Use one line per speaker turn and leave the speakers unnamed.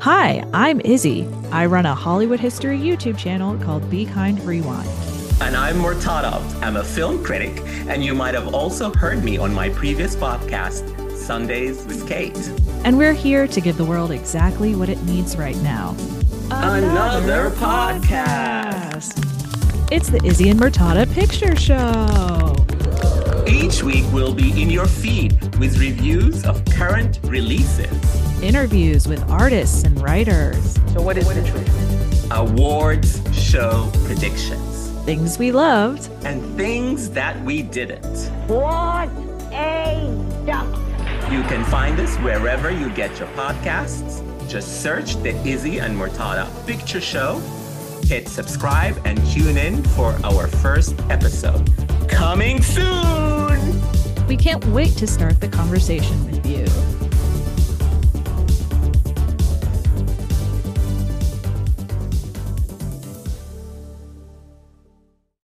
Hi, I'm Izzy. I run a Hollywood history YouTube channel called Be Kind Rewind.
And I'm Murtada. I'm a film critic, and you might have also heard me on my previous podcast, Sundays with Kate.
And we're here to give the world exactly what it needs right now
Another podcast.
It's the Izzy and Murtada Picture Show.
Each week, we'll be in your feed with reviews of current releases,
Interviews with artists and writers,
awards, show predictions,
things we loved,
and things that we didn't.
What a duck!
You can find us wherever you get your podcasts. Just search the Izzy and Mortada Picture Show. Hit subscribe and tune in for our first episode. Coming soon!
We can't wait to start the conversation with you.